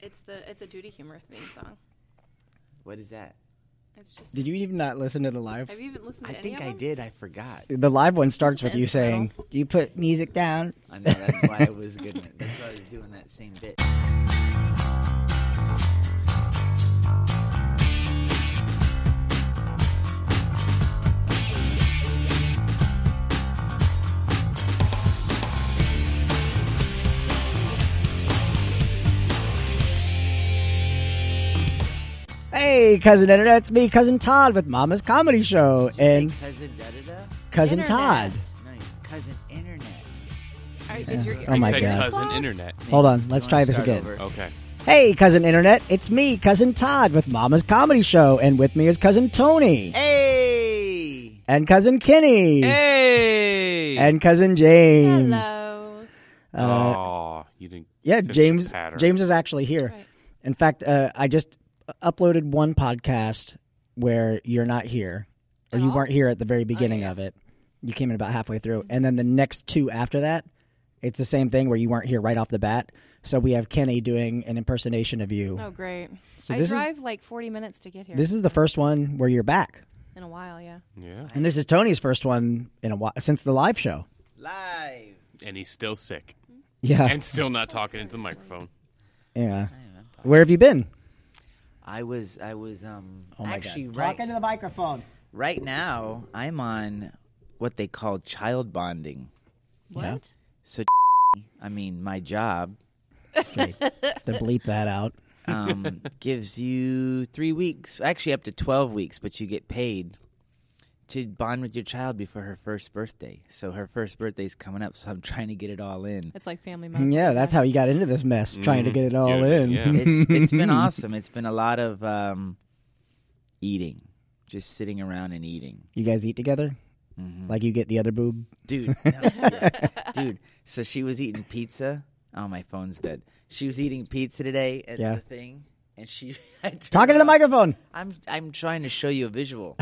It's the it's a duty humor theme song. What is that? It's just. Did you even not listen to the live? Have you even listened to I any think of I them? did. I forgot. The live one starts Just with you saying, instrumental. "Do you put music down?" I know that's why I was good. at- That's why I was doing that same bit. Hey, cousin internet, it's me, cousin Todd, with Mama's Comedy Show, Did you say and cousin da da da. cousin Internet. Todd. No, you- cousin internet. Are, is your, Oh are my your said God. ears cousin blocked? internet. Hold on, You let's wanna try this start again. over? Okay. Hey, cousin internet, it's me, cousin Todd, with Mama's Comedy Show, and with me is cousin Tony Hey. and cousin Kenny Hey. and cousin James. Hello. Uh, oh, you didn't. yeah, finish the James. pattern. James is actually here. Right. In fact, uh, I just uploaded one podcast where you're not here, or At you all? weren't here at the very beginning Oh. yeah. Mm-hmm. of it. You came in about halfway through, and then the next two after that, it's the same thing where you weren't here right off the bat. So we have Kenny doing an impersonation of you. Oh great. So I this is- drive like 40 minutes to get here. This is the first one where you're back, in a while, yeah. Yeah, and this is Tony's first one in a while since the live show. Live. and he's still sick Yeah, and still not talking into the microphone. yeah. I don't know. Where have you been? I was I was um Oh my actually God. right Talk into the microphone. right now I'm on what they call child bonding. What? Yeah. So I mean my job Great. to bleep that out. um, gives you three weeks, actually up to twelve weeks, but you get paid to bond with your child before her first birthday. So her first birthday's coming up, so I'm trying to get it all in. It's like family mode. Mm, Yeah, that's how you got into this mess, trying to get it all Mm-hmm. Yeah, in. yeah. It's it's been awesome. It's been a lot of um, eating, just sitting around and eating. You guys eat together? Mm-hmm. Like you get the other boob? dude no, yeah. dude so she was eating pizza oh my phone's dead she was eating pizza today at Yeah. the thing and she I turned Talking to the around- microphone. i'm i'm trying to show you a visual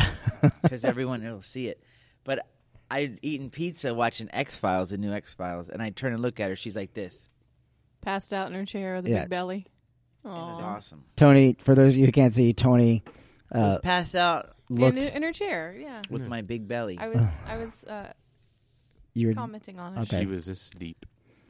because everyone will see it but i'd eaten pizza watching x-files the new x-files and i turn and look at her she's like this Passed out in her chair with a Yeah. big belly. it was Aw. awesome Tony, for those of you who can't see, Tony i uh, was passed out In, looked. in her chair, yeah. with my big belly I was I was uh, You were, commenting on it. Okay. She was asleep.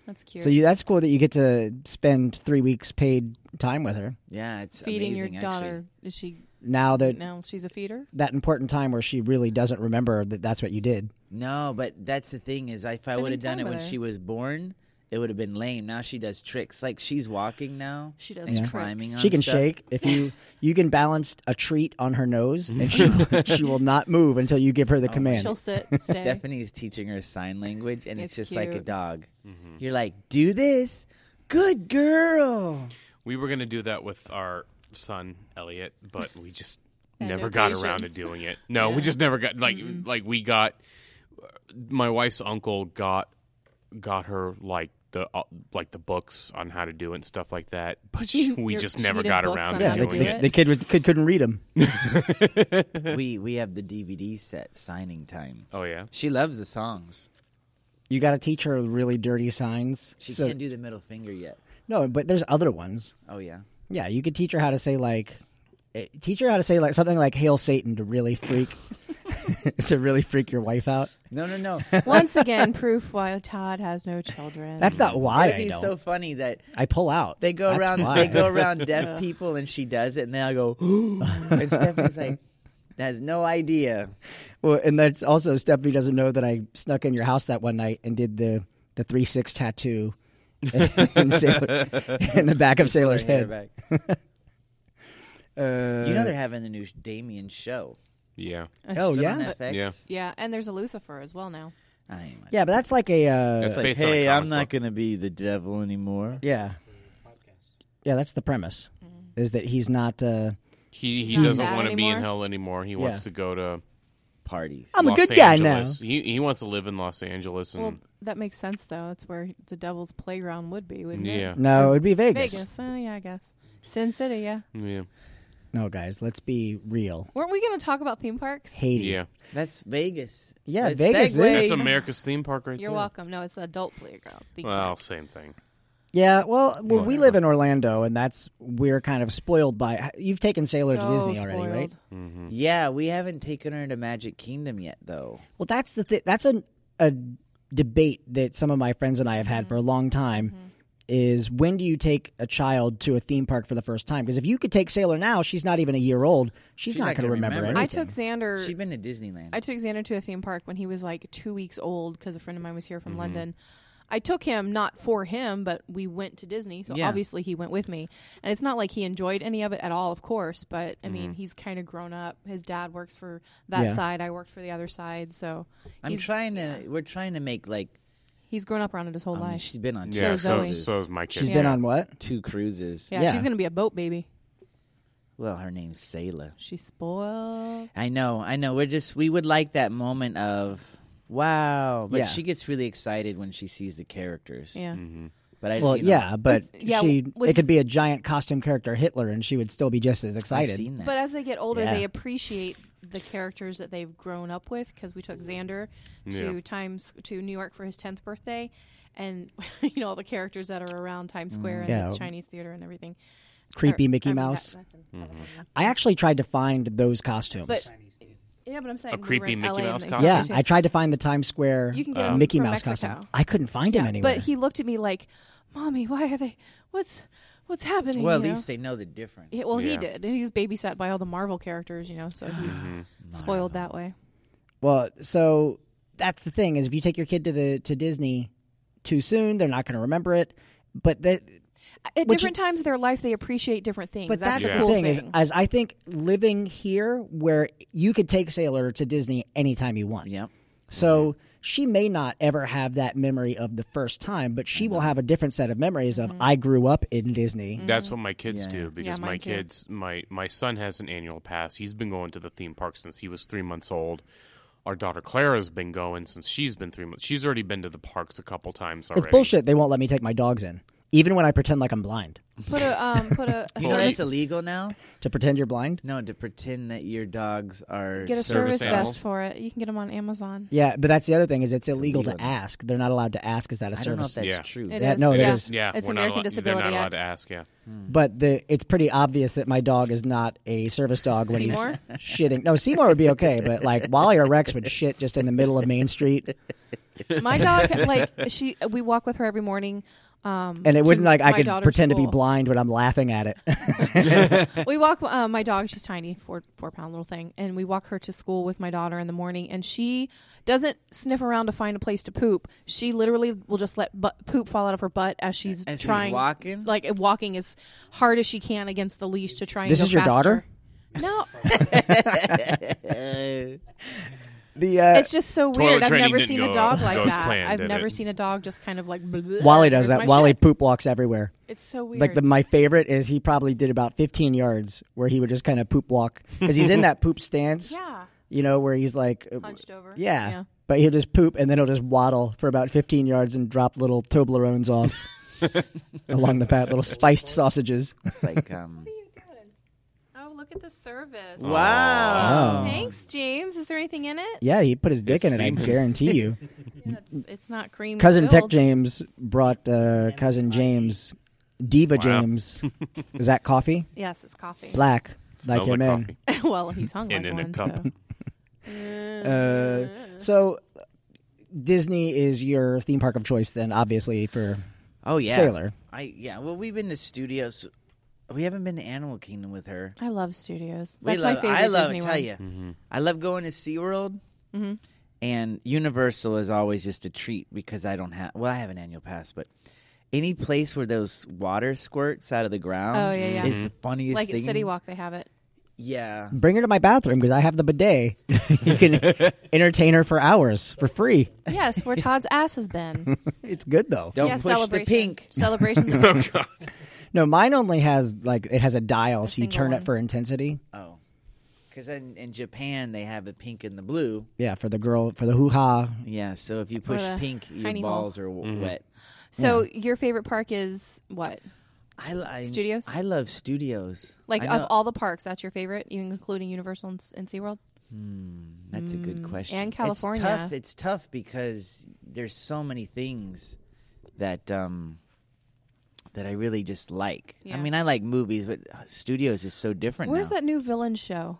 That's cute. so you, that's cool that you get to spend three weeks paid time with her. yeah it's feeding amazing your actually daughter. Is she Now that now she's a feeder? that important time where she really doesn't remember that that's what you did. No, but that's the thing is, if I Spending would have done time it when with her. she was born, it would have been lame. Now she does tricks. Like she's walking now. She does and tricks. climbing. On She can stuff. shake if you you can balance a treat on her nose, and she she will not move until you give her the command. Oh, She'll sit and stay. Stephanie's teaching her sign language, and it's, It's just like a cute. dog. You're like, do this, good girl. We were gonna do that with our son Elliot, but we just Had no never got around to patience. doing it. No, we just never got like like we got. My wife's uncle got got her like the uh, like the books on how to do it and stuff like that, but she, we Your- just she never needed got books around on to yeah, how the, to doing do it. the, it. the kid would- kid couldn't read them. we we have the DVD set signing time. Oh yeah, She loves the songs. You got to teach her really dirty signs. She so- can't do the middle finger yet. no, but there's other ones. Oh yeah. Yeah, you could teach her how to say like, eh, teach her how to say like something like "Hail Satan" to really freak, to really freak your wife out. No, no, no. Once again, proof why Todd has no children. That's not why It'd I Mm. be don't. so funny that I pull out. They go That's around. why. They go around deaf people, and she does it, and they all go. and Stephanie's like, has no idea. Well, and that's also Stephanie doesn't know that I snuck in your house that one night and did the the three six tattoo in, Sailor, in the back of Sailor's Her hair head. back. Uh, You know they're having the new Damien show. yeah. oh Still on yeah, FX? Yeah. yeah, and there's a Lucifer as well now. I ain't watching. yeah, but that's like a uh, That's Like, based on a hey, comic I'm not book. gonna be the devil anymore. yeah, Mm. yeah. That's the premise. Mm-hmm. Is that he's not. Uh, He he not doesn't sad want to be in anymore? hell anymore. He wants Yeah. to go to Parties. I'm a Los good guy now. Angeles. He he wants to live in Los Mm. Angeles and Well, that makes sense though. It's where the devil's playground would be, wouldn't yeah it? No, it'd be Vegas. Vegas. Oh yeah, I guess. Sin City, yeah. yeah No, guys, let's be real. Weren't we going to talk about theme parks? Haiti. yeah. That's Vegas. Yeah, Let's Vegas segue. is- That's America's theme park right You're there. welcome. No, it's adult playground. Theme Well, park. same thing. Yeah, well, well we Whatever. live in Orlando, and that's we're kind of spoiled by. You've taken Sailor to So Disney already, right? spoiled. Yeah, we haven't taken her to Magic Kingdom yet, though. Well, that's the thi- that's a a debate that some of my friends and I have Mm-hmm. had for a long time. Is when do you take a child to a theme park for the first time? Because if you could take Sailor now, she's not even a year old. She's, She's not, not going to gonna remember, remember. I anything. took Xander. She'd been to Disneyland. I took Xander to a theme park when he was like two weeks old because a friend of mine was here from London. I took him not for him, but we went to Disney, so Yeah. obviously he went with me. And it's not like he enjoyed any of it at all, of course. But I mean, he's kind of grown up. His dad works for that Yeah. side. I worked for the other side, so I'm he's, trying to. We're trying to make like. he's grown up around it his whole I mean, life. she's been on two Yeah, so, Zoe. cruises. so is my kid. She's been Yeah. on what? two cruises. yeah, yeah. she's gonna be a boat baby. Well, her name's Sayla. She's spoiled. I know, I know. We're just we would like that moment of wow, but Yeah. she gets really excited when she sees the characters. Yeah. But I, Well, you know, yeah, but With- yeah, she with- it could be a giant costume character Hitler, and she would still be just as I've excited. seen that. But as they get older, Yeah. they appreciate the characters that they've grown up with. Because we took Xander to Yeah. Times to New York for his tenth birthday, and you know all the characters that are around Times Square and Mm. Yeah. the Chinese theater and everything. Creepy Or- Mickey I mean, that- Mouse. that's in- Mm-hmm. that's in- I actually tried to find those costumes. But yeah, but I'm saying A we were creepy in Mickey LA and Mouse they- costume? yeah, I tried to find the Times Square You can get 'em Mickey from Mouse Mexico. costume. I couldn't find him Yeah, anywhere. but he looked at me like, "Mommy, why are they? What's what's happening?" well, at you know? least they know the difference. Yeah, well, he Yeah. Mm-hmm. did. He was babysat by all the Marvel characters, you know, so he's spoiled that way. Well, so that's the thing is if you take your kid to the to Disney too soon, they're not going to remember it. But that At Which- different times of their life, they appreciate different things. but that's, the the cool thing, is as I think living here where you could take Sailor to Disney anytime you want. Yep. So she may not ever have that memory of the first time, but she will have a different set of memories of I grew up in Disney. That's what my kids Yeah, yeah. do because my mine too. kids, my my son has an annual pass. He's been going to the theme park since he was three months old. Our daughter Clara's been going since she's been three months. She's already been to the parks a couple times already. It's bullshit. They won't let me take my dogs in, even when I pretend like I'm blind. Put a um, put a, a You know service- that's illegal now. To pretend you're blind. No, to pretend that your dogs are get a service service, animal. vest for it. You can get them on Amazon. Yeah, but that's the other thing is it's illegal, illegal to now. ask. They're not allowed to ask. Is that a I service? don't know if that's Yeah. true. It That- is. no, it yeah. is. Yeah, it's we're American not allo- Disability They're not allowed Act. to ask. Yeah, but the it's pretty obvious that my dog is not a service dog when Seymour? he's shitting. No, Seymour would be okay, but like Wally or Rex would shit just in the middle of Main Street, My dog, like she, we walk with her every morning. Um, and it wouldn't like I my could daughter's pretend to be school. blind when I'm laughing at it. we walk uh, my dog she's tiny four four pound little thing and we walk her to school with my daughter in the morning and she doesn't sniff around to find a place to poop she literally will just let butt, poop fall out of her butt as she's As she's trying walking? like walking as hard as she can against the leash to try and This go is your daughter? faster. no the uh, it's just so Toilet weird i've training never didn't seen go a dog like as that planned, i've did never it? seen a dog just kind of like bleh, Wally does there's my that. Wally shit. poop walks everywhere. it's so weird Like the my favorite is he probably did about 15 yards where he would just kind of poop walk because he's in that poop stance, yeah you know, where he's like uh, hunched over Yeah. But he'll just poop and then he'll just waddle for about 15 yards and drop little Toblerones off along the path, little spiced sausages. It's like um. oh look at the service wow. thanks james is there anything in it Yeah, he put his dick in It's it, I semen. guarantee you. Yeah, it's, it's not cream. Cousin Tech filled. James brought uh, Cousin James, Diva James. Is that coffee? Yes, it's coffee. Black. Like Smells your like men. coffee. well, he's hung And like in a one. cup. So. Uh, so Disney is your theme park of choice then, obviously, for Oh yeah. Sailor. I yeah. Well, we've been to studios. We haven't been to Animal Kingdom with her. I love studios. We That's love, my favorite I love. Disney tell one. Mm-hmm. you, I love going to SeaWorld. And Universal is always just a treat because I don't have. Well, I have an annual pass, but any place where those water squirts out of the ground Oh, yeah, yeah. is the funniest Like at thing. City Walk, they have it. Yeah. Bring her to my bathroom because I have the bidet. you can entertain her for hours for free. Yes, where Todd's ass has been. It's good though. Don't yeah, push the celebration. pink. Celebrations. are- No, mine only has like it has a dial, so you single turn it one. for intensity. Oh. Because in, in Japan, they have the pink and the blue. Yeah, for the girl for the hoo ha. Yeah, so if you push the pink, your hiney hole. balls are w- wet. so your favorite park is what? I, li- I Studios? I love studios. Like I of know- all the parks, that's your favorite, even including Universal and, and SeaWorld. That's a good question. Mm, and California. It's tough. It's tough because there's so many things that um that I really just like. Yeah. I mean, I like movies, but uh, studios is so different. Where's now. that new villain show?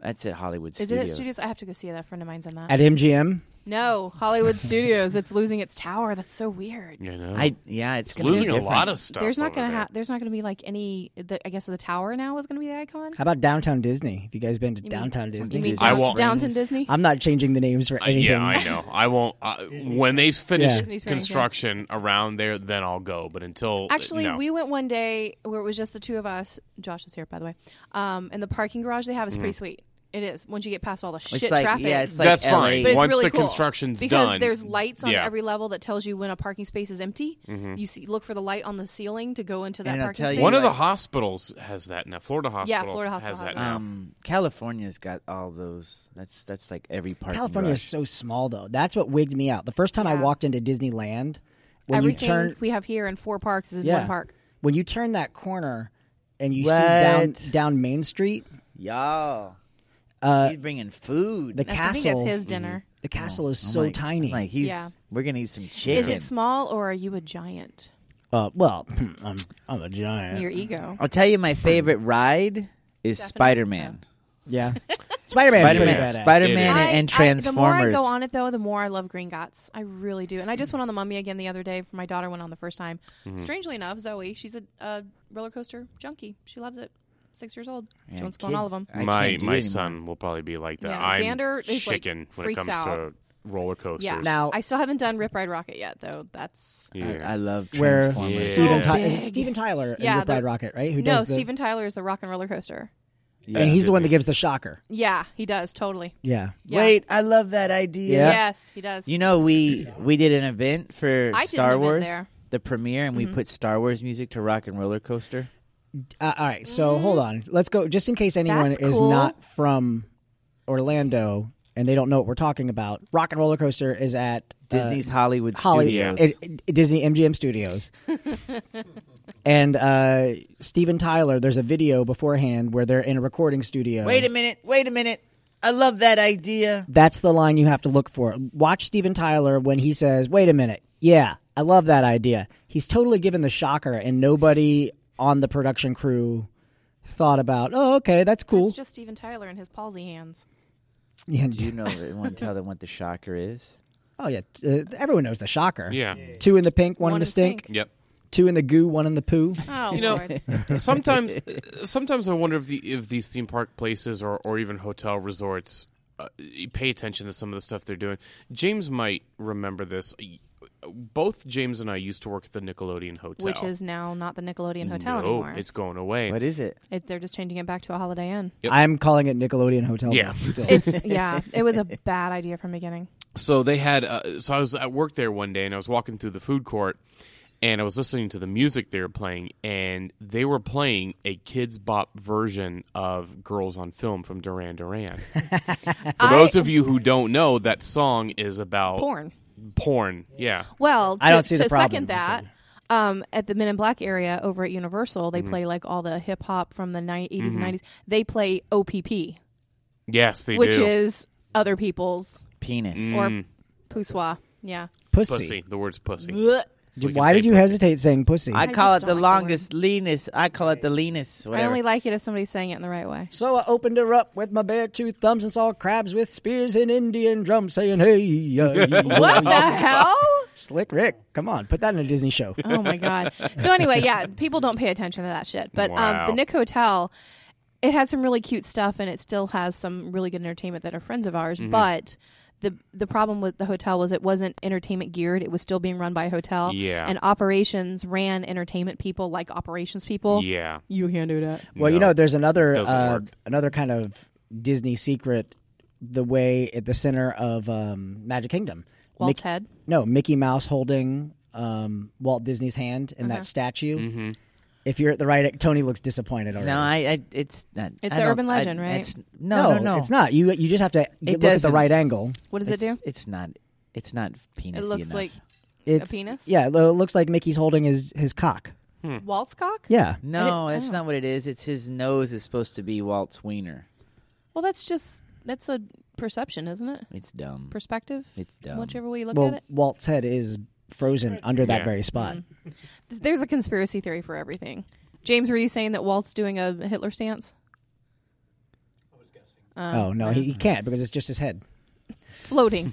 That's at Hollywood Is Studios. it at studios? I have to go see it. That friend of mine's on that. At MGM, no, Hollywood Studios. It's losing its tower. That's so weird. You know, I yeah, it's, gonna be losing a different. lot of stuff. There's not over gonna there. ha- there's not gonna be like any. The, I guess the tower now is gonna be the icon. how about Downtown Disney? Have you guys been to mean- Downtown Disney? You mean I Downton- won't- Downton Disney? I'm not changing the names for I- anything. Uh, yeah, I know. I won't. I, when they Yeah. finish Disney's Springs, yeah. construction around there, then I'll go. But until uh, Actually, no. we went one day where it was just the two of us. Josh is here, by the way. Um, and the parking garage they have is pretty sweet. It is once you get past all the shit It's like traffic. yeah, it's like That's LA. fine. but it's Once really the cool construction's because done, there's lights on yeah. Mm-hmm. every level that tells you when a parking space is empty. You see, look for the light on the ceiling to go into that And it'll parking tell you- space. one of the like- hospitals has that now. Florida hospital. Florida hospital has has that now. Um, California's got all those. That's that's like every part. California is so small, though. That's what wigged me out. The first time I Yeah. walked into Disneyland, when everything you turn, we have here in four parks is in yeah, one park. when you turn that corner and you see down What? down Main Street, y'all. Uh, he's bringing food. the I think that's castle, his Oh, dinner. the castle is I'm so like- tiny. I'm like he's. Yeah. We're gonna eat some Is chicken. it small or are you a giant? uh, well, I'm, I'm a giant. Your ego. I'll tell you my favorite ride is Definitely. Spider Man. yeah, Spider Man, Spider Man, Spider Man, I- and I, the more I Transformers. go on it, though, the more I love Green Gots. I really do. And I just went on the Mummy again the other day. My daughter went on the first time. Mm-hmm. Strangely enough, Zoe, she's a, a roller coaster junkie. She loves it. Six years old. she Yeah, wants to go on all of kids, them. I my can't do my anymore. son will probably be like that. Yeah, I'm Xander is, like, chicken when it freaks comes out. to roller coasters. Yeah. Now- I still haven't done Rip Ride Rocket yet, though. That's Yeah. I, I love where Transformers. Yeah. Steven So Ty- is it big. Steven Tyler in Yeah, Rip Ride the- Rocket, right? Who no. does the, Steven Tyler is the rock and roller coaster. and he's the one Disney. that gives the shocker. Yeah, he does totally. Yeah, Yeah. Wait, I love that idea. Yeah. Yes, he does. You know, we we did an event for I did an Star event Wars, there. Mm-hmm. the premiere, and we put Star Wars music to Rock and Roller Coaster. Uh, all right, so hold on. Let's go. Just in case anyone Mm. That's is cool. not from Orlando and they don't know what we're talking about, Rock and Roller Coaster is at uh, Disney's Hollywood Holly- Studios. it- it- Disney MGM Studios. and uh, Steven Tyler, there's a video beforehand where they're in a recording studio. wait a minute, wait a minute. I love that idea. That's the line you have to look for. Watch Steven Tyler when he says, "Wait a minute, yeah, I love that idea." He's totally given the shocker, and nobody on the production crew thought about, "Oh, okay, that's cool." It's just Steven Tyler and his palsy hands. Yeah, Do you know that want to tell them what the shocker is? Oh yeah, uh, everyone knows the shocker. Yeah. two in the pink, one, in the stink. Yep. two in the goo, one in the poo. Oh, You know, Lord. sometimes sometimes I wonder if the if these theme park places or or even hotel resorts uh, pay attention to some of the stuff they're doing. James might remember this. Both James and I used to work at the Nickelodeon hotel, Which is now not the Nickelodeon Hotel no, anymore. it's going away. What is it? It, they're just changing it back to a Holiday Inn. Yep. I'm calling it Nickelodeon Hotel. Yeah. still. It's yeah, it was a bad idea from beginning. so they had uh, so i was at work there one day and i was walking through the food court and i was listening to the music they were playing and they were playing a kids bop version of girls on film from duran duran for those of you who don't know that song is about Porn. porn yeah Well, to, I don't see to the problem, second I'll that, um, at the Men in Black area over at Universal, Mm-hmm. they play like all the hip hop from the ni- 80s and 90s. They play OPP, yes Mm-hmm. they which do is other people's Penis. Mm. or poussoir. Yeah. pussy. pussy the word's pussy Blech. Dude, We can Why say did you pussy. hesitate saying pussy? I call just it don't the like the longest, leanest. I call it the leanest. I Whatever. only like it if somebody's saying it in the right way. so I opened her up with my bare two thumbs and saw crabs with spears and Indian drums saying, "Hey, yeah, yeah." What the hell? Slick Rick, come on, put that in a Disney show." Oh my god. So anyway, yeah, people don't pay attention to that shit. But Wow. um, the Nick Hotel, it had some really cute stuff, and it still has some really good entertainment that are friends of ours. Mm-hmm. But the the problem with the hotel was it wasn't entertainment geared. It was still being run by a hotel. Yeah. And operations ran entertainment people like operations people. yeah You can't do that. Well, you No, know, there's another doesn't uh, work. another kind of Disney secret. The way at the center of um, Magic Kingdom, Walt's Mickey- head. No, Mickey Mouse holding um, Walt Disney's hand in that statue. Mm-hmm. If you're at the right, Tony looks disappointed already. No, I, I it's not. It's I an don't- urban I- legend, right? it's- no, no, no. it's not. You you just have to get, look at the doesn't. right angle. What does it do? It's- It's not. It's not penis. It looks enough. like It's, penis? Yeah, it lo- looks like Mickey's holding his his cock. Walt's cock. Yeah, No, that's oh. not what it is. It's his nose is supposed to be Walt's wiener. Well, that's just that's a perception, isn't it? It's dumb. Perspective. It's dumb. Whichever way you look at well, it. Mm-hmm. Walt's head is frozen under that Yeah. very spot. There's a conspiracy theory for everything. James, were you saying that Walt's doing a Hitler stance? oh no, he, he can't because it's just his head. Floating.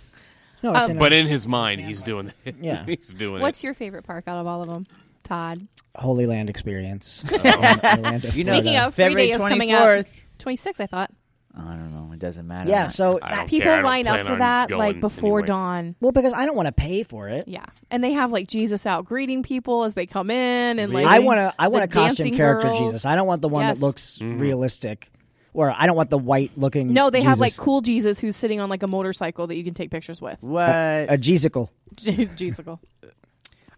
No, it's Um, in a- But in his mind, he's doing it. Yeah. he's doing What's it. your favorite park out of all of them, Todd? Holy Land experience. Orlando, You Speaking know, Florida. of, Free February Day is coming out. 24th. 26, I thought. I don't know. It doesn't matter. yeah, I'm not- so I don't People care. I don't line up plan for on that going like before anyway. dawn. well because I don't want to pay for it. Yeah, and they have like Jesus out greeting people as they come in, and like I want to. I want a the costume dancing character girls. Jesus. I don't want the one Yes. that looks Mm-hmm. realistic, or I don't want the white looking. No, they have like Jesus. cool Jesus who's sitting on like a motorcycle that you can take pictures with. what? a Jesusicle. Jesusicle.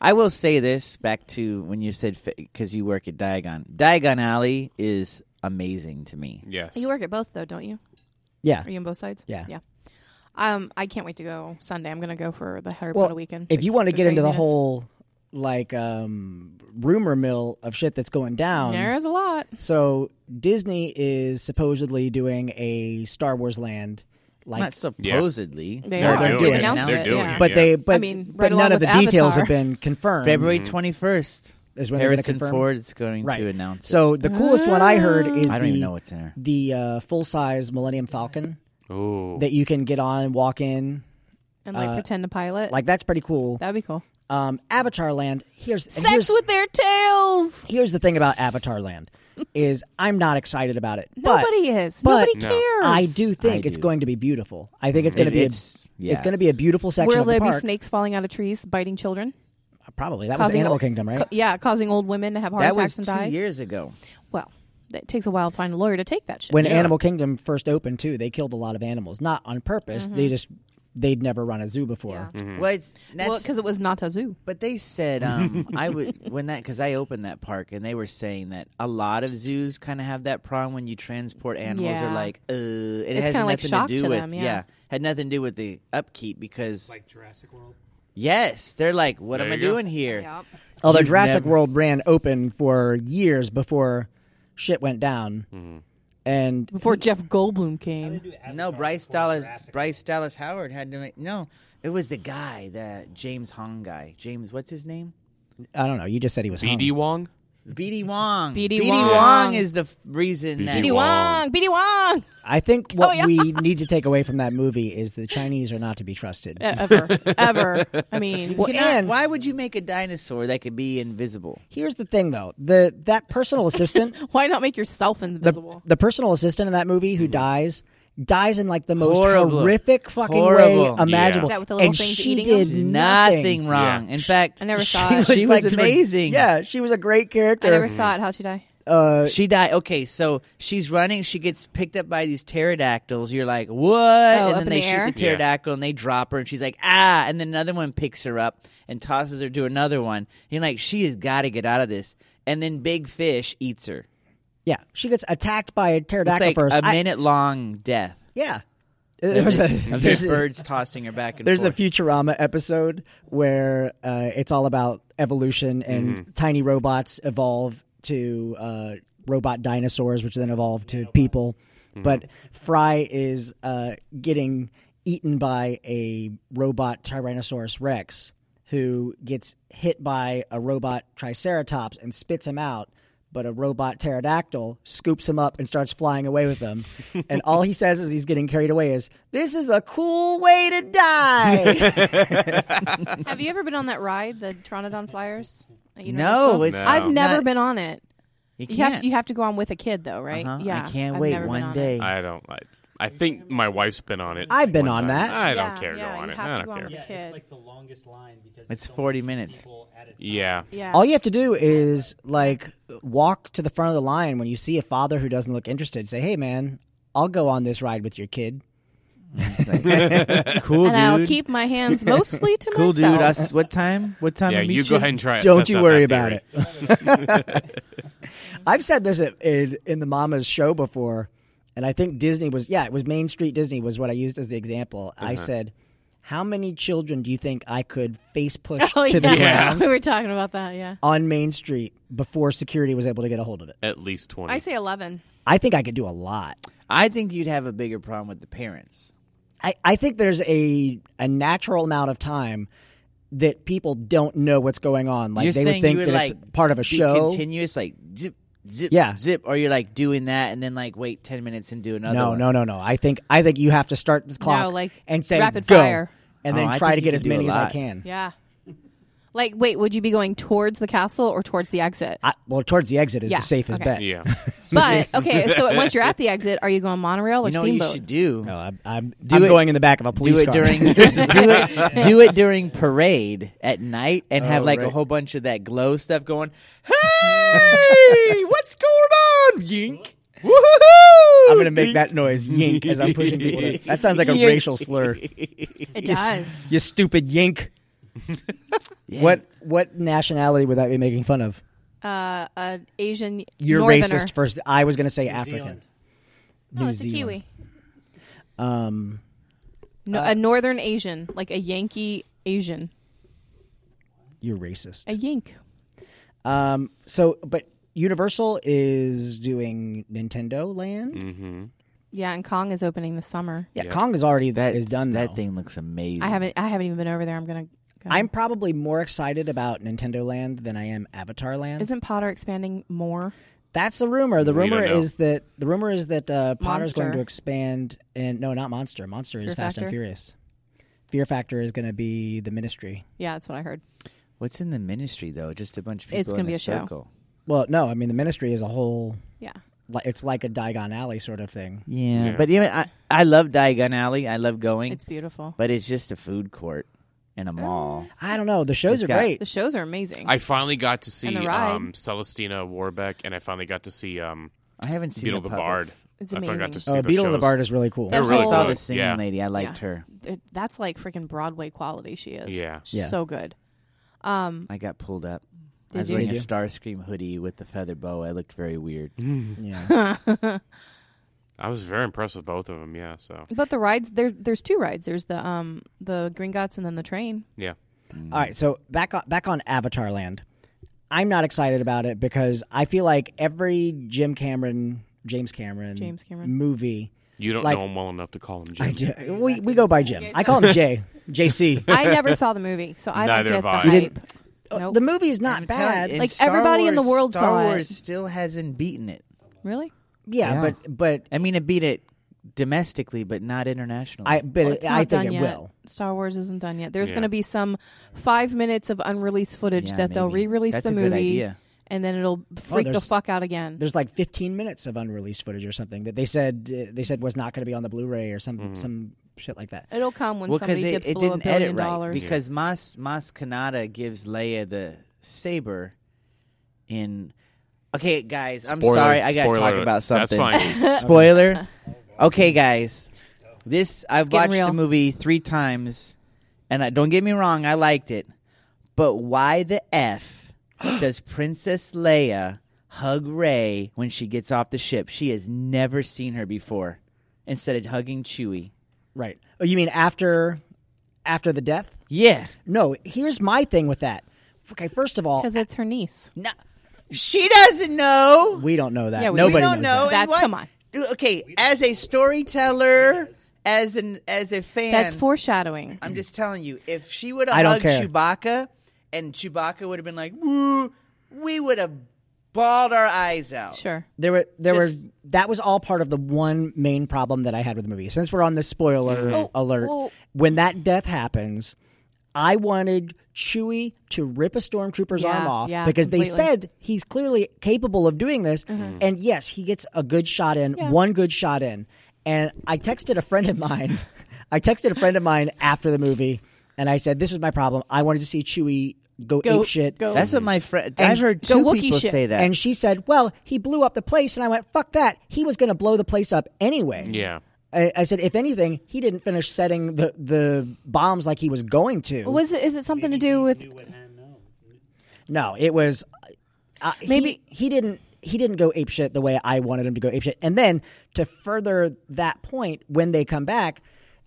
I will say this back to when you said because you work at Diagon. Diagon Alley is amazing to me. Yes. You work at both though, don't you? Yeah. Are you on both sides? Yeah. Yeah. Um, I can't wait to go Sunday. I'm gonna go for the Harry Potter Well, weekend. if you want to The get into the craziness. whole like um rumor mill of shit that's going down, there's a lot. so Disney is supposedly doing a Star Wars land. Like Not supposedly. They They're are. doing They've it. announced They're it. doing yeah. it. But Yeah. they, but, I mean, right but along none of the with details Avatar. have been confirmed. February twenty first. is when they're going to Harrison confirm. Ford's going Right. to announce. it. So the coolest one I heard is I don't the even know what's in there. the uh, full size Millennium Falcon Ooh. that you can get on and walk in. And like pretend to pilot. uh, Like that's pretty cool. that'd be cool. Um, Avatar Land. Here's and Sex here's, with their tails. here's the thing about Avatar Land is I'm not excited about it. Nobody is. but- Nobody No. cares. But I do think I it's do. going to be beautiful. I think it's going to It- be it's- a, yeah. it's going to be a beautiful section Will of the there be park. snakes falling out of trees biting children? Probably that was causing Animal old- Kingdom, right? Co- yeah, causing old women to have heart That was attacks two and die. years ago. Well, it takes a while to find a lawyer to take that shit. when Animal Kingdom first opened too, they killed a lot of animals, not on purpose. Mm-hmm. They just they'd never run a zoo before. Well, it's, that's, well, because it was not a zoo. But they said um, I would when that because I opened that park and they were saying that a lot of zoos kind of have that problem when you transport animals Yeah. are like uh, it It's has kinda nothing like shock to do to with them, yeah. had nothing to do with the upkeep because like Jurassic World. yes they're like what There am I you go. doing here Although You'd Jurassic never- World ran open for years before shit went down, Mm-hmm. and Before Jeff Goldblum They came. do Avatar no Bryce before Dallas Jurassic Bryce Dallas Howard had to make no it was the guy the James Hong guy James what's his name I don't know. You just said he was hung. BD Wong. BD Wong BD Wong. Wong. is the f- reason that BD Wong, BD Wong, I think what Oh, yeah. we need to take away from that movie is the Chinese are not to be trusted. Uh, ever, ever. I mean, Well, You cannot- and why would you make a dinosaur that could be invisible here's the thing, though the that personal assistant, why not make yourself the invisible? the personal assistant in that movie who dies. Dies in like the most Mm-hmm. Horrible. horrific fucking way Horrible. imaginable, Is that with the little and things she eating did them? nothing wrong. Yeah. In fact, I never she saw it. was, She she was like, amazing. Yeah, she was a great character. I never saw it. How'd she die? uh, She died. Okay, so she's running. She gets picked up by these pterodactyls. You're like, Oh, what? up and in then they the shoot air? the Yeah. pterodactyl and they drop her, and she's like, ah. And then another one picks her up and tosses her to another one. You're like, she has got to get out of this. And then Big Fish eats her. yeah, she gets attacked by a It's pterodactyl like first. a I- minute long death. yeah, Of there's a, these- of there's these a- birds tossing her back and there's a forth. Futurama episode where uh, it's all about evolution and Mm-hmm. tiny robots evolve to uh, robot dinosaurs, which then evolve to people. Mm-hmm. But Fry is uh, getting eaten by a robot Tyrannosaurus Rex, who gets hit by a robot Triceratops and spits him out. But a robot pterodactyl scoops him up and starts flying away with him. and all he says as he's getting carried away is, This is a cool way to die. Have you ever been on that ride, the Tronodon Flyers? at Universal? No, it's No. I've never not- been on it. You You can't. have you have to go on with a kid though, right? Uh-huh. Yeah, I can't I've wait never been one on it. day. I don't. I, I think my wife's been on it. I've been one on time. that. I don't Yeah, care. yeah, go on you it. have I to don't go on care. with- World. Kid. It's like the longest line because It's so 40 many minutes. people at a time. Yeah. Yeah. all you have to do is, like, walk to the front of the line when you see a father who doesn't look interested. Say, Hey, man, I'll go on this ride with your kid. cool, and I'll dude. keep my hands mostly to cool, dude. myself. Us. What time? What time? Yeah, to meet you go ahead and try it. Don't Test you out worry that about theory. it. I've said this at, in, in the Mama's show before, and I think Disney was, yeah, it was Main Street Disney was what I used as the example. I said, How many children do you think I could face push Oh, to yeah. the ground we were talking about that. Yeah, on Main Street before security was able to get a hold of it? At least twenty. I say eleven. I think I could do a lot. I think you'd have a bigger problem with the parents. I, I think there's a, a natural amount of time that people don't know what's going on. Like you're they would saying think you would that like it's part of a be show. continuous, like zip, zip, Yeah. zip, or you're like doing that and then like wait ten minutes and do another. No, one. no, no, no. I think I think you have to start the clock like, and say rapid go, fire. and Oh, then I try think to you get could as do a many as I lot. can. Yeah. Like, wait, would you be going towards the castle or towards the exit? I, well, towards the exit is Yeah, the safest okay. bet. Yeah. but okay, so once you're at the exit, are you going monorail or You know what you steamboat? should do? Oh, No, I'm, I'm, Do I'm it- going in the back of a do police it car. during do it do it during parade at night and have Oh, like a right. whole bunch of that glow stuff going. Hey, what's going on, Yink? Woohoo! I'm going to make that noise, yink, as I'm pushing people. to- That sounds like a Yink. racial slur. It You s- does. You stupid yink. What what nationality would that be making fun of? Uh, an Asian. You're northerner. racist first. I was going to say African. Zealand. No, New it's a Zealand. Kiwi. Um, uh, No, a northern Asian, like a Yankee Asian, you're racist. a Yank. Um, so, but Universal is doing Nintendo Land. Mm, Yeah, and Kong is opening this summer. Yeah, Kong is already That is done. That though. thing looks amazing. I haven't. I haven't even been over there. I'm gonna. Go. I'm probably more excited about Nintendo Land than I am Avatar Land. Isn't Potter expanding more? That's the rumor. The We don't rumor know. is that the rumor is that uh, Potter's going Monster. to expand, and no, not Monster. Monster is Fear Fast and Factor? Furious. Fear Factor is going to be the Ministry. Yeah, that's what I heard. What's in the ministry though? Just a bunch of people. It's gonna in be a, a show. circle. Well, no, I mean the Ministry is a whole. Yeah. li- It's like a Diagon Alley sort of thing. Yeah, Yeah. but even I, I love Diagon Alley. I love going, It's beautiful. but it's just a food court and a mall. I don't know. The shows It's are got- great. The shows are amazing. I finally got to see And the ride. um, Celestina Warbeck, and I finally got to see um, Oh. I haven't seen Beetle the, the, puppets. Bard. It's I finally got amazing. to see Oh, the Beetle shows. of the Bard is really cool. Yeah. They're I really I saw good. the singing yeah. lady. I liked her. Th- That's like freaking Broadway quality. She is. Yeah. She's Yeah. So good. Um, I got pulled up. Did I was you? wearing a Did you? Starscream hoodie with the feather boa. I looked very weird. Yeah. I was very impressed with both of them. Yeah. So But the rides there. There's two rides. There's the um the Gringotts and then the train. yeah. All right, so back on back on Avatar Land. I'm not excited about it because I feel like every Jim Cameron, James Cameron, James Cameron. movie. You don't Like- know him well enough to call him I Jim. ju- we we go by Jim. I call him Jay. JC. I never saw the movie, so I Neither don't have get the I. hype. You Nope. Uh, The movie is not I'm telling you, bad. and Like, Star everybody in the Wars- world Star saw it. Wars still hasn't beaten it. really? yeah, Yeah. but but I mean, it beat it domestically, but not internationally. I but Well, it, it's I not think done it yet. will. Star Wars isn't done yet. There's Yeah. going to be some five minutes of unreleased footage Yeah, that they'll maybe. re-release That's the a movie, good idea. and then it'll freak the Oh, there's- fuck out again. There's like 15 minutes of unreleased footage or something that they said uh, they said was not going to be on the Blu-ray or some some shit like that. It'll come when well, somebody because gets it, it below a didn't billion edit right dollars. because Mas Mas Kanata gives Leia the saber in. Okay, guys, I'm Spoiler- sorry, I gotta spoiler talk alert. about something. That's fine. Spoiler. Okay, guys, this I've getting watched the real. movie three times, and I, don't get me wrong, I liked it, but why the f does Princess Leia hug Rey when she gets off the ship? She has never seen her before. Instead of hugging Chewie, Right. Oh, you mean after after the death? yeah. No, here's my thing with that. Okay, first of all, Because it's her niece. No, she doesn't know. we don't know that. Yeah, we- Nobody We don't knows know. that. that. and That- come on. Dude, Okay, as a storyteller, as an as a fan, That's foreshadowing. I'm just telling you, if she would I have don't hugged care. Chewbacca, and Chewbacca would have been like, "Woo," we would have bawled our eyes out. Sure. There were there Just- were that was all part of the one main problem that I had with the movie. Since we're on the spoiler alert, well- when that death happens, I wanted Chewie to rip a stormtrooper's Yeah, arm off yeah, because they completely. Mm-hmm. said he's clearly capable of doing this. And yes, he gets a good shot in, one good shot in. And I texted a friend of mine. I texted a friend of mine after the movie, and I said, "This was my problem. I wanted to see Chewie go, Go ape shit." Go. That's what my friend. I've heard go two Wookiee people shit. say that. And she said, "Well, he blew up the place," and I went, "Fuck that! He was going to blow the place up anyway." Yeah. I, I said, "If anything, he didn't finish setting the the bombs like he was going to." was it? Is it something to do with? Knew what hand, no. no, it was uh, he- Maybe- he, didn't he didn't go apeshit the way I wanted him to go apeshit. And then to further that point, when they come back.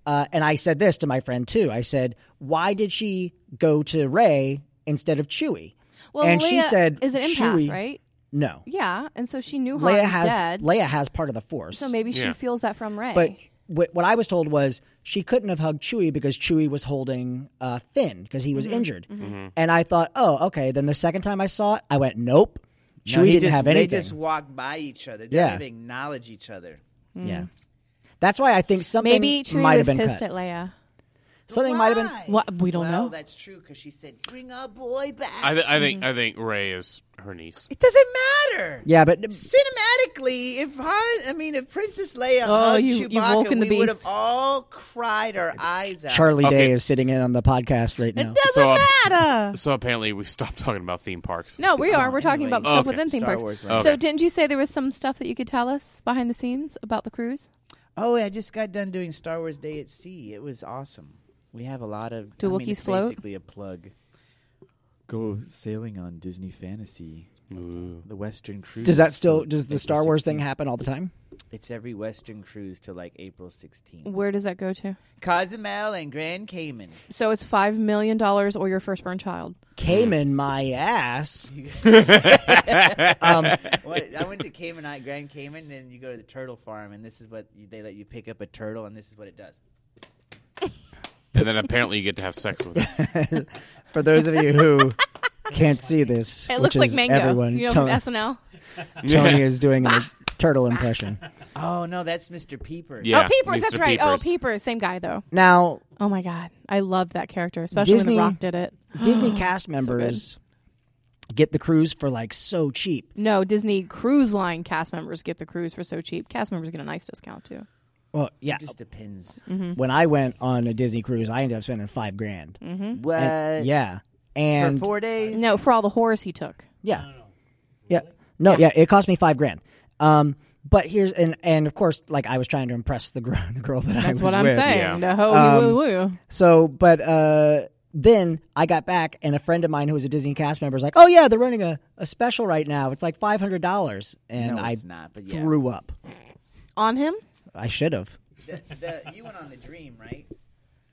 Uh, and I said this to my friend too. I said, "Why did she go to Ray instead of Chewie?" Well, and she Leia said, "Is an empath, "Chewie, right? No, Yeah." And so she knew Han Leia was has dead. Leia has part of the Force. so maybe she Yeah. feels that from Ray. But what, what I was told was she couldn't have hugged Chewie because Chewie was holding uh, Finn because he was Mm-hmm. injured. Mm-hmm. And I thought, oh, okay. Then the second time I saw it, I went, nope. Chewie No, he didn't just- have anything. They just walk by each other. They Yeah. don't even acknowledge each other. Yeah. That's why I think something Mm. Maybe Chewie might have was been pissed at cut. Leia. Something might have been. Why? What we don't well, know. that's true because she said, "Bring our boy back." I, th- I think I think Ray is her niece. it doesn't matter. Yeah, but Cinematically, if Han, I mean, if Princess Leia Oh, hugged you- you've Chewbacca, woken the we would have beast. all cried our eyes out. Charlie Okay. Day is sitting in on the podcast right now. Doesn't So, uh, matter. So apparently we stopped talking about theme parks. No, we are. We're talking anyway, about stuff okay. within theme Star parks. Wars land. So, Okay. didn't you say there was some stuff that you could tell us behind the scenes about the cruise? Oh, I just got done doing Star Wars Day at Sea. It was awesome. We have a lot of. Do I mean, Wookiees it's float? Basically, a plug. Go sailing on Disney Fantasy, Ooh. the Western cruise. Does that still does the April Star Wars thing 16th. happen all the time? It's every Western cruise till like April 16th. Where does that go to? Cozumel and Grand Cayman. So it's five million dollars or your firstborn child. Cayman, my ass. Um, What, I went to Cayman Island, Grand Cayman, and you go to the turtle farm, and this is what you, they let you pick up a turtle, and this is what it does. And then apparently you get to have sex with it. For those of you who can't see this, It looks which like is mango. Oh, Everyone, you know, Tony, from SNL. Tony is doing a turtle impression. Oh no, that's Mr. Peeper. Yeah, oh, Peepers. Mr. That's right. Oh, Peepers. Peepers. Same guy though. Now, Oh my God, I loved that character, especially Disney- when The Rock did it. Disney cast members get the cruise for like so cheap. No, Disney Cruise Line cast members get the cruise for so cheap. Cast members get a nice discount too. Well, yeah. Just depends. Mm-hmm. When I went on a Disney cruise, I ended up spending five grand. Mm-hmm. What? Uh, And- yeah, For and four days? No, for all the whores he took. Yeah. Yeah. No, yeah. it cost me five grand. Um, but here's and and of course, like I was trying to impress the girl, the girl that I That's was what I'm with. saying. yeah. The ho woo woo. So, but uh, then I got back, and a friend of mine who was a Disney cast member was like, "Oh yeah, they're running a, a special right now. It's like five hundred dollars," and No, I it's not, but yeah. threw up. On him? I should have. The, the, you went on the dream, right?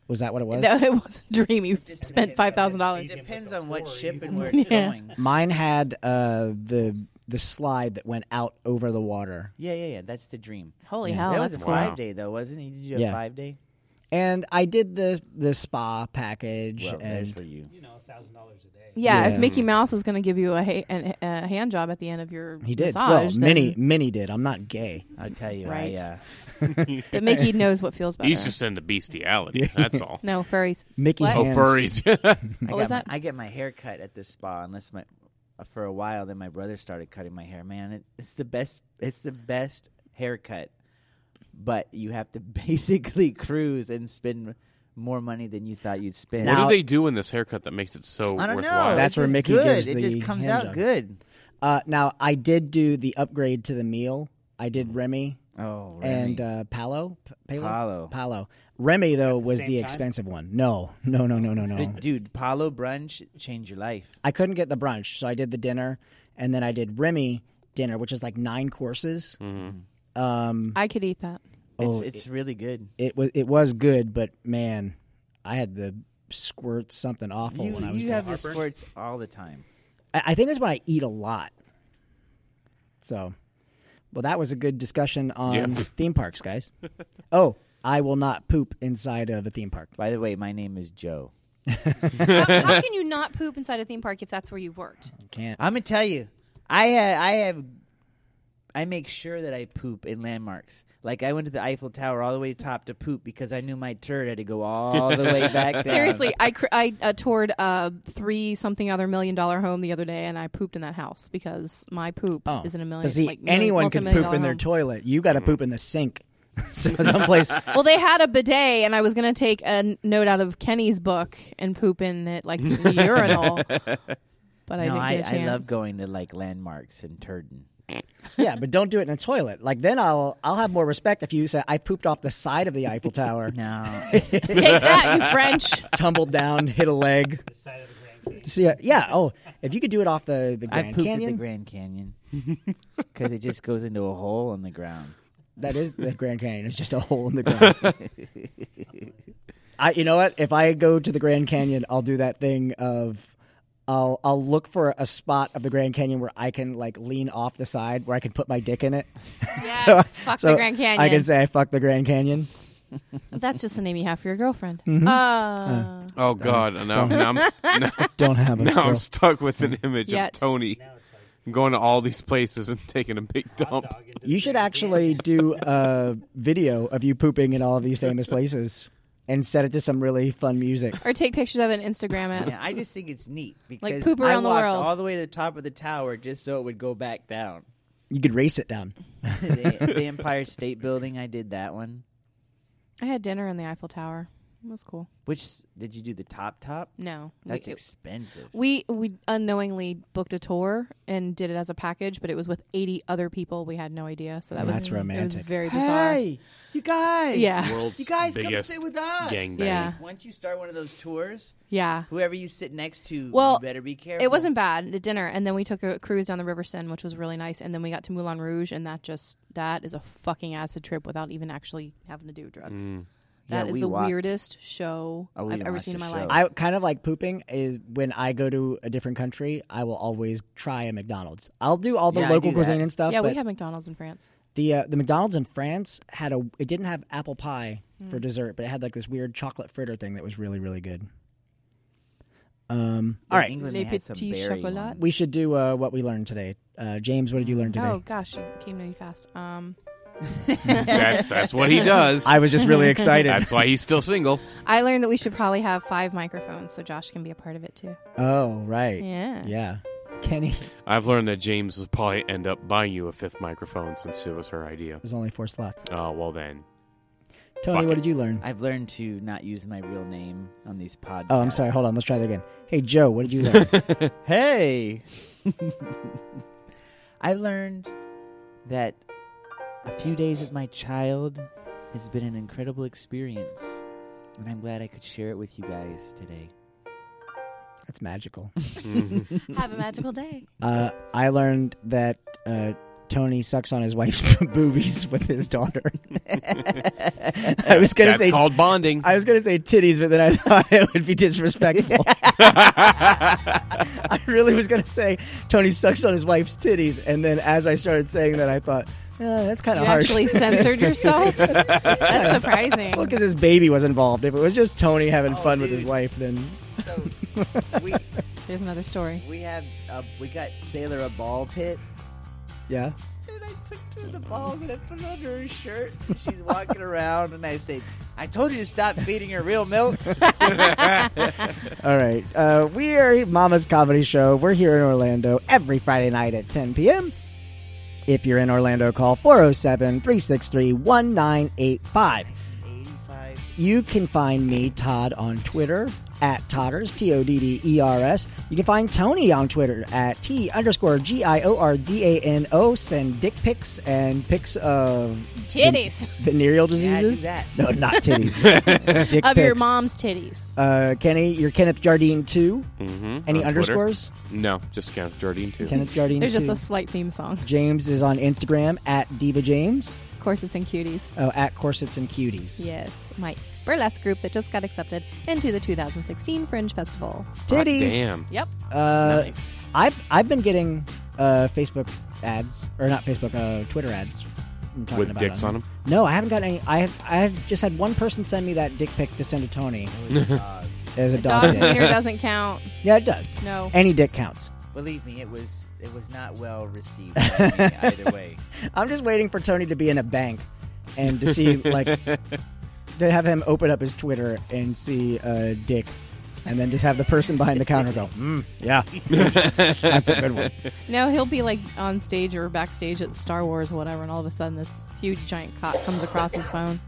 Was that what it was? No, it wasn't dreamy. You spent depends. five thousand dollars. It Even with depends the on what four, ship you and where it's Yeah. going. Mine had uh, the the slide that went out over the water, Yeah, yeah, yeah. That's the dream. Holy hell, that Oh, that's was a cool. five Wow. day though, wasn't it? Did you have Yeah. five day? and I did the the spa package. Well, there's and for you. You know, thousand dollars a day. Yeah, Yeah. if Mickey Mouse is going to give you a, ha- an, a hand job at the end of your he did. massage, well, then- many many did. I'm not gay. I'll tell you. Right. I, uh, but Mickey knows what feels better. He's just into bestiality. That's all. no furries. Mickey What? Oh, hands. furries. What was that? I get my hair cut at the spa unless my for a while then my brother started cutting my hair. Man, it, it's the best it's the best haircut. But you have to basically cruise and spend more money than you thought you'd spend. what Now- do they do in this haircut that makes it so I don't worthwhile? know. That's It's where just Mickey good. gives it the just comes hand out job. good. Uh, now I did do the upgrade to the meal. I did Remy, Oh, and Remy. uh, Palo, P- Palo, Palo. Palo. Remy though was the same time? expensive one. No, no, no, no, no, no. The- dude, Palo brunch changed your life. I couldn't get the brunch, so I did the dinner, and then I did Remy dinner, which is like nine courses. Um, I could eat that. It's Oh, it's really good. it was it was good, but man, I had the squirt something awful You, Oh, when I was. you done. have the squirts all the time. I, I think it's when I eat a lot. So, well, that was a good discussion on Yeah. theme parks, guys. oh, I will not poop inside of a theme park. By the way, my name is Joe. how, how can you not poop inside a theme park if that's where you worked? I can't. I'm gonna tell you, I have, I have, I make sure that I poop in landmarks. Like I went to the Eiffel Tower all the way top to poop because I knew my turd had to go all the way back. down. Seriously, I cr- I uh, toured a three something other million dollar home the other day, and I pooped in that house because my poop Oh, is in a million. But see, like million, anyone can multi-million poop dollar in their home. toilet. You got to poop in the sink. so someplace. well, they had a bidet, and I was going to take a n- note out of Kenny's book and poop in it like the urinal, but I no, didn't I, get a I chance. love going to like landmarks and turden. yeah, but don't do it in a toilet. Like then I'll I'll have more respect if you say I pooped off the side of the Eiffel Tower, No, take that, you French. tumbled down, hit a leg. The side of the Grand Canyon. So, yeah, yeah. Oh, if you could do it off the the I've Grand pooped Canyon, at the Grand Canyon because it just goes into a hole in the ground. That is the Grand Canyon. It's just a hole in the ground. I, you know what? If I go to the Grand Canyon, I'll do that thing of. I'll I'll look for a spot of the Grand Canyon where I can like lean off the side where I can put my dick in it. Yes, fuck So the Grand Canyon. I can say I fucked the Grand Canyon. That's just the name you have for your girlfriend. Uh, Oh God, now, now I'm s- now, Don't have a now I'm girl. stuck with an image Yet. of Tony Now it's like going to all these places and taking a big dump. dog into You should actually do a video of you pooping in all of these famous places and set it to some really fun music. or take pictures of it and Instagram it. Yeah, I just think it's neat because poop I around the walked world. all the way to the top of the tower just so it would go back down. You could race it down. the, the Empire State Building, I did that one. I had dinner in the Eiffel Tower. It was cool. Which did you do the top top? No, we- That's it- expensive. we we unknowingly booked a tour and did it as a package, but it was with 80 other people. We had no idea, so that was That's It was romantic. very bizarre. you guys! Yeah, World's You guys come biggest sit with us. gangbang. Yeah. Once you start one of those tours, yeah. whoever you sit next to, Well, you better be careful. It wasn't bad at dinner, and then we took a cruise down the River Seine, which was really nice, and then we got to Moulin Rouge, and that just that is a fucking acid trip without even actually having to do drugs. That Mm. Yeah, is we the walked. weirdest show Oh, I've we didn't ever watch seen in the my show. life. I kind of like pooping is when I go to a different country, I will always try a McDonald's. I'll do all the Yeah, I local do that. cuisine and stuff, yeah, but we had McDonald's in France. the uh, the McDonald's in France had a it didn't have apple pie Hmm. for dessert, but it had like this weird chocolate fritter thing that was really really good. Um all In right, England, Les they had some petits berry chocolats. one. we should do uh, what we learned today. Uh, James, what did you learn today? Oh gosh, it came to me fast. Um, That's that's what he does. I was just really excited. that's why he's still single. I learned that we should probably have five microphones so Josh can be a part of it too. oh, right. Yeah. Yeah. Kenny I've learned that James will probably end up buying you a fifth microphone since it was her idea. there's only four slots. Oh well, then Tony, Fuck what it. did you learn? I've learned to not use my real name on these podcasts. Oh, I'm sorry. Hold on. Let's try that again. Hey, Joe, what did you learn? Hey! I learned that a few days with my child has been an incredible experience, and I'm glad I could share it with you guys today. That's magical. Mm-hmm. Have a magical day. Uh, I learned that uh, Tony sucks on his wife's boobies with his daughter. I was gonna that's say called bonding. I was gonna say titties, but then I thought it would be disrespectful. I really was gonna say Tony sucks on his wife's titties, and then as I started saying that, I thought "Uh, that's kind You of harsh. actually censored yourself. That's surprising. Well, because his baby was involved. If it was just Tony having fun with his Oh, dude. wife, then So, we, There's another story. we have, uh, we got Sailor a ball pit. yeah. And I took two of the balls and I put it under her shirt. And she's walking around, and I say, "I told you to stop feeding her real milk." All right. Uh, we are Mama's Comedy Show. We're here in Orlando every Friday night at 10 p.m. If you're in Orlando, call 407 363 1985. Eighty-five. You can find me, Todd, on Twitter at Todders, T O D D E R S. You can find Tony on Twitter at T underscore G I O R D A N O. Send dick pics and pics of Titties. venereal Yeah, do diseases. that. No, not titties. dick Of your pics. mom's titties. Uh, Kenny, you're Kenneth Jardine too. hmm Any underscores? No, just Kenneth Jardine too. Kenneth Jardine. There's just too. a slight theme song. James is on Instagram at Diva James. Of course, it's in cuties. Oh, at Corsets and Cuties. Yes, my burlesque group that just got accepted into the 2016 Fringe Festival. Hot Titties. damn. Yep. Uh, Nice. I've I've been getting uh, Facebook ads or not Facebook, uh, Twitter ads. I'm talking With about dicks it. on 'em? No, I haven't gotten any. I have I have just had one person send me that dick pic to send to Tony. uh, There's a The dog. dog's dick. wiener doesn't count. yeah, it does. No. Any dick counts. Believe me, it was it was not well received by me either way. I'm just waiting for Tony to be in a bank and to see like to have him open up his Twitter and see uh, dick, and then just have the person behind the counter go, mm, "Yeah, that's a good one." No, he'll be like on stage or backstage at Star Wars or whatever, and all of a sudden this huge giant cock comes across his phone.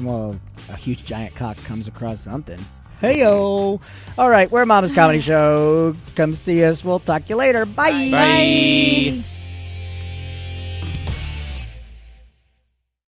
Well, a huge giant cock comes across something. Heyo! All right, we're Mama's Comedy Show. Come see us. We'll talk to you later. Bye. Bye.